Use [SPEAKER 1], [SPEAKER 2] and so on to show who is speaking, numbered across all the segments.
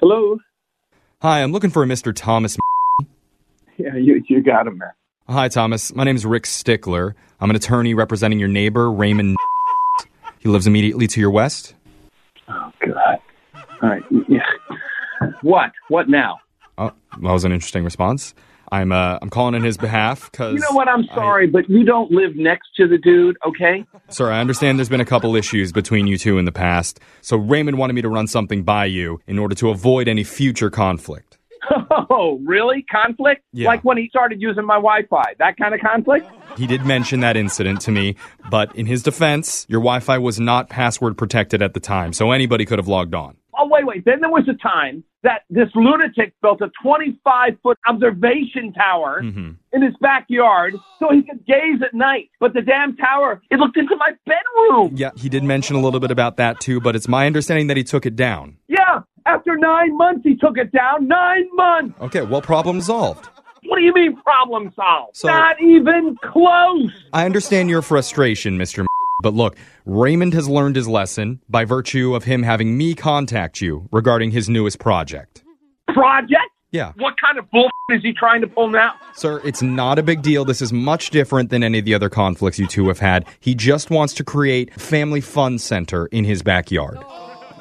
[SPEAKER 1] Hello.
[SPEAKER 2] Hi, I'm looking for a Mr. Thomas.
[SPEAKER 1] Yeah, you you got him, man.
[SPEAKER 2] Hi, Thomas. My name's Rick Stickler. I'm an attorney representing your neighbor, Raymond. He lives immediately to your west.
[SPEAKER 1] Oh God. All right. Yeah. What? What now?
[SPEAKER 2] Oh, that was an interesting response. I'm uh, I'm calling in his behalf because
[SPEAKER 1] You know what? I'm sorry, but you don't live next to the dude, okay?
[SPEAKER 2] Sir, I understand there's been a couple issues between you two in the past, so Raymond wanted me to run something by you in order to avoid any future conflict.
[SPEAKER 1] Oh, really? Conflict?
[SPEAKER 2] Yeah.
[SPEAKER 1] Like when he started using my Wi-Fi? That kind of conflict?
[SPEAKER 2] He did mention that incident to me, but in his defense, your Wi Fi was not password protected at the time, so anybody could have logged on.
[SPEAKER 1] Oh, wait, wait. Then there was a time that this lunatic built a 25 foot observation tower in his backyard so he could gaze at night. But the damn tower, it looked into my bedroom.
[SPEAKER 2] Yeah, he did mention a little bit about that too, but it's my understanding that he took it down.
[SPEAKER 1] Yeah. After nine months, he took it down. Nine months.
[SPEAKER 2] Okay, well, problem solved.
[SPEAKER 1] What do you mean problem solved?
[SPEAKER 2] So-
[SPEAKER 1] Not even close.
[SPEAKER 2] I understand your frustration, Mr. But look, Raymond has learned his lesson by virtue of him having me contact you regarding his newest project.
[SPEAKER 1] Project?
[SPEAKER 2] Yeah.
[SPEAKER 1] What kind of bull is he trying to pull now?
[SPEAKER 2] Sir, it's not a big deal. This is much different than any of the other conflicts you two have had. He just wants to create a family fun center in his backyard.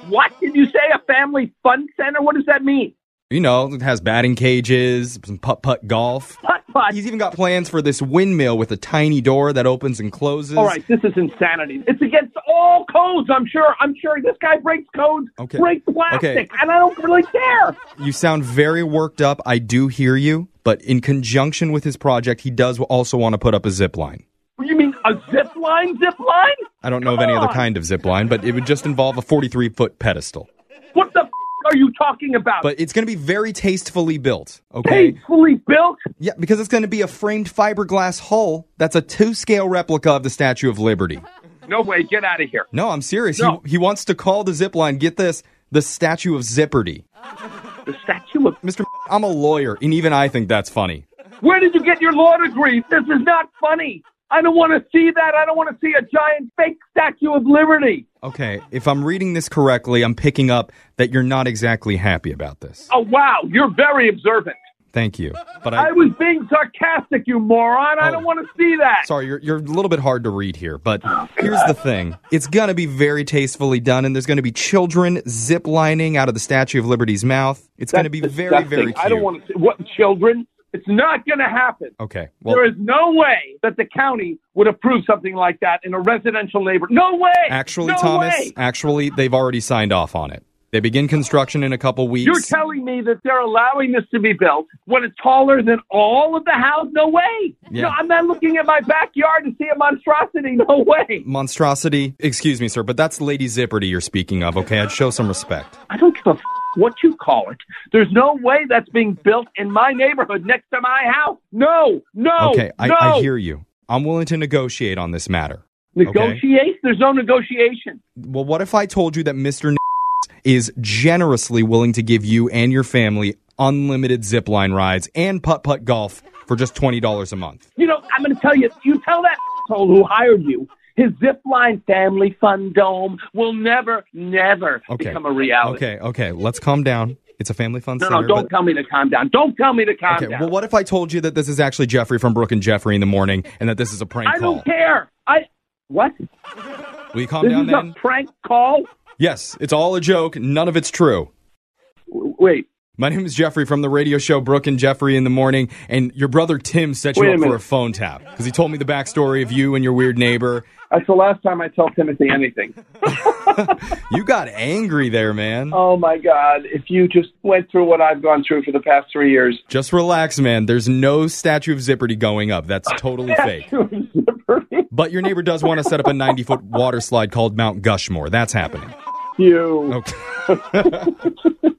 [SPEAKER 1] What did you say? A family fun center? What does that mean?
[SPEAKER 2] You know, it has batting cages, some putt putt golf.
[SPEAKER 1] Putt putt.
[SPEAKER 2] He's even got plans for this windmill with a tiny door that opens and closes.
[SPEAKER 1] All right, this is insanity. It's against all codes. I'm sure. I'm sure this guy breaks codes,
[SPEAKER 2] Okay.
[SPEAKER 1] breaks plastic,
[SPEAKER 2] Okay.
[SPEAKER 1] and I don't really care.
[SPEAKER 2] You sound very worked up. I do hear you. But in conjunction with his project, he does also want to put up a zip line.
[SPEAKER 1] What do you mean a zip line? Zip line?
[SPEAKER 2] I don't know of any
[SPEAKER 1] Come
[SPEAKER 2] other
[SPEAKER 1] on.
[SPEAKER 2] kind of zip line, but it would just involve a 43 foot pedestal.
[SPEAKER 1] What the f- are you talking about?
[SPEAKER 2] But it's going to be very tastefully built, okay?
[SPEAKER 1] Tastefully built.
[SPEAKER 2] Yeah, because it's going to be a framed fiberglass hull that's a two scale replica of the Statue of Liberty.
[SPEAKER 1] No way. Get out of here.
[SPEAKER 2] No, I'm serious.
[SPEAKER 1] No.
[SPEAKER 2] He, he wants to call the zip line, get this, the Statue of Zipperty.
[SPEAKER 1] The statue of.
[SPEAKER 2] Mr. I'm a lawyer, and even I think that's funny.
[SPEAKER 1] Where did you get your law degree? This is not funny. I don't want to see that. I don't want to see a giant fake statue of liberty.
[SPEAKER 2] Okay, if I'm reading this correctly, I'm picking up that you're not exactly happy about this.
[SPEAKER 1] Oh wow, you're very observant.
[SPEAKER 2] Thank you. But I.
[SPEAKER 1] I was being sarcastic, you moron. I
[SPEAKER 2] Oh.
[SPEAKER 1] don't want to see that.
[SPEAKER 2] Sorry, you're, you're a little bit hard to read here, but here's the thing. It's going to be very tastefully done, and there's going to be children zip lining out of the Statue of Liberty's mouth. It's going to be very,
[SPEAKER 1] disgusting.
[SPEAKER 2] very cute.
[SPEAKER 1] I don't want to see what children. It's not going to happen.
[SPEAKER 2] Okay, well,
[SPEAKER 1] there is no way that the county would approve something like that in a residential neighborhood. No way.
[SPEAKER 2] Actually,
[SPEAKER 1] No
[SPEAKER 2] Thomas,
[SPEAKER 1] way!
[SPEAKER 2] actually, they've already signed off on it. They begin construction in a couple weeks.
[SPEAKER 1] You're telling me that they're allowing this to be built when it's taller than all of the house? No way.
[SPEAKER 2] Yeah.
[SPEAKER 1] No, I'm not looking at my backyard to see a monstrosity. No way.
[SPEAKER 2] Monstrosity. Excuse me, sir, but that's Lady Zipperty you're speaking of, okay? I'd show some respect.
[SPEAKER 1] I don't give a f- what you call it. There's no way that's being built in my neighborhood next to my house. No, no,
[SPEAKER 2] okay, I,
[SPEAKER 1] no.
[SPEAKER 2] I hear you. I'm willing to negotiate on this matter.
[SPEAKER 1] Negotiate? There's no negotiation.
[SPEAKER 2] Well, what if I told you that Mr. is generously willing to give you and your family unlimited zip line rides and putt putt golf for just $20 a month?
[SPEAKER 1] You know, I'm going to tell you, you tell that asshole who hired you, his Zipline Family Fun Dome will never, never
[SPEAKER 2] Okay.
[SPEAKER 1] become a reality.
[SPEAKER 2] Okay, okay, let's calm down. It's a family fun
[SPEAKER 1] No,
[SPEAKER 2] center.
[SPEAKER 1] no, don't
[SPEAKER 2] but-
[SPEAKER 1] tell me to calm down. Don't tell me to calm
[SPEAKER 2] Okay,
[SPEAKER 1] down.
[SPEAKER 2] well, what if I told you that this is actually Jeffrey from Brooke and Jeffrey in the morning and that this is a prank
[SPEAKER 1] I
[SPEAKER 2] call?
[SPEAKER 1] don't care. I what?
[SPEAKER 2] Will you calm
[SPEAKER 1] This
[SPEAKER 2] down
[SPEAKER 1] is
[SPEAKER 2] then?
[SPEAKER 1] a prank call.
[SPEAKER 2] Yes, it's all a joke. None of it's true.
[SPEAKER 1] W- Wait,
[SPEAKER 2] My name is Jeffrey from the radio show Brooke and Jeffrey in the morning, and your brother Tim set
[SPEAKER 1] Wait
[SPEAKER 2] you
[SPEAKER 1] a
[SPEAKER 2] up for
[SPEAKER 1] minute.
[SPEAKER 2] a phone tap because he told me the backstory of you and your weird neighbor.
[SPEAKER 1] that's the last time I tell Timothy anything.
[SPEAKER 2] You got angry there, man.
[SPEAKER 1] Oh my God! If you just went through what I've gone through for the past three years,
[SPEAKER 2] Just relax, man. There's no statue of Zipperty going up. That's totally fake. But your neighbor does want to set up a 90 foot water slide called Mount Gushmore. That's happening.
[SPEAKER 1] you.
[SPEAKER 2] Okay.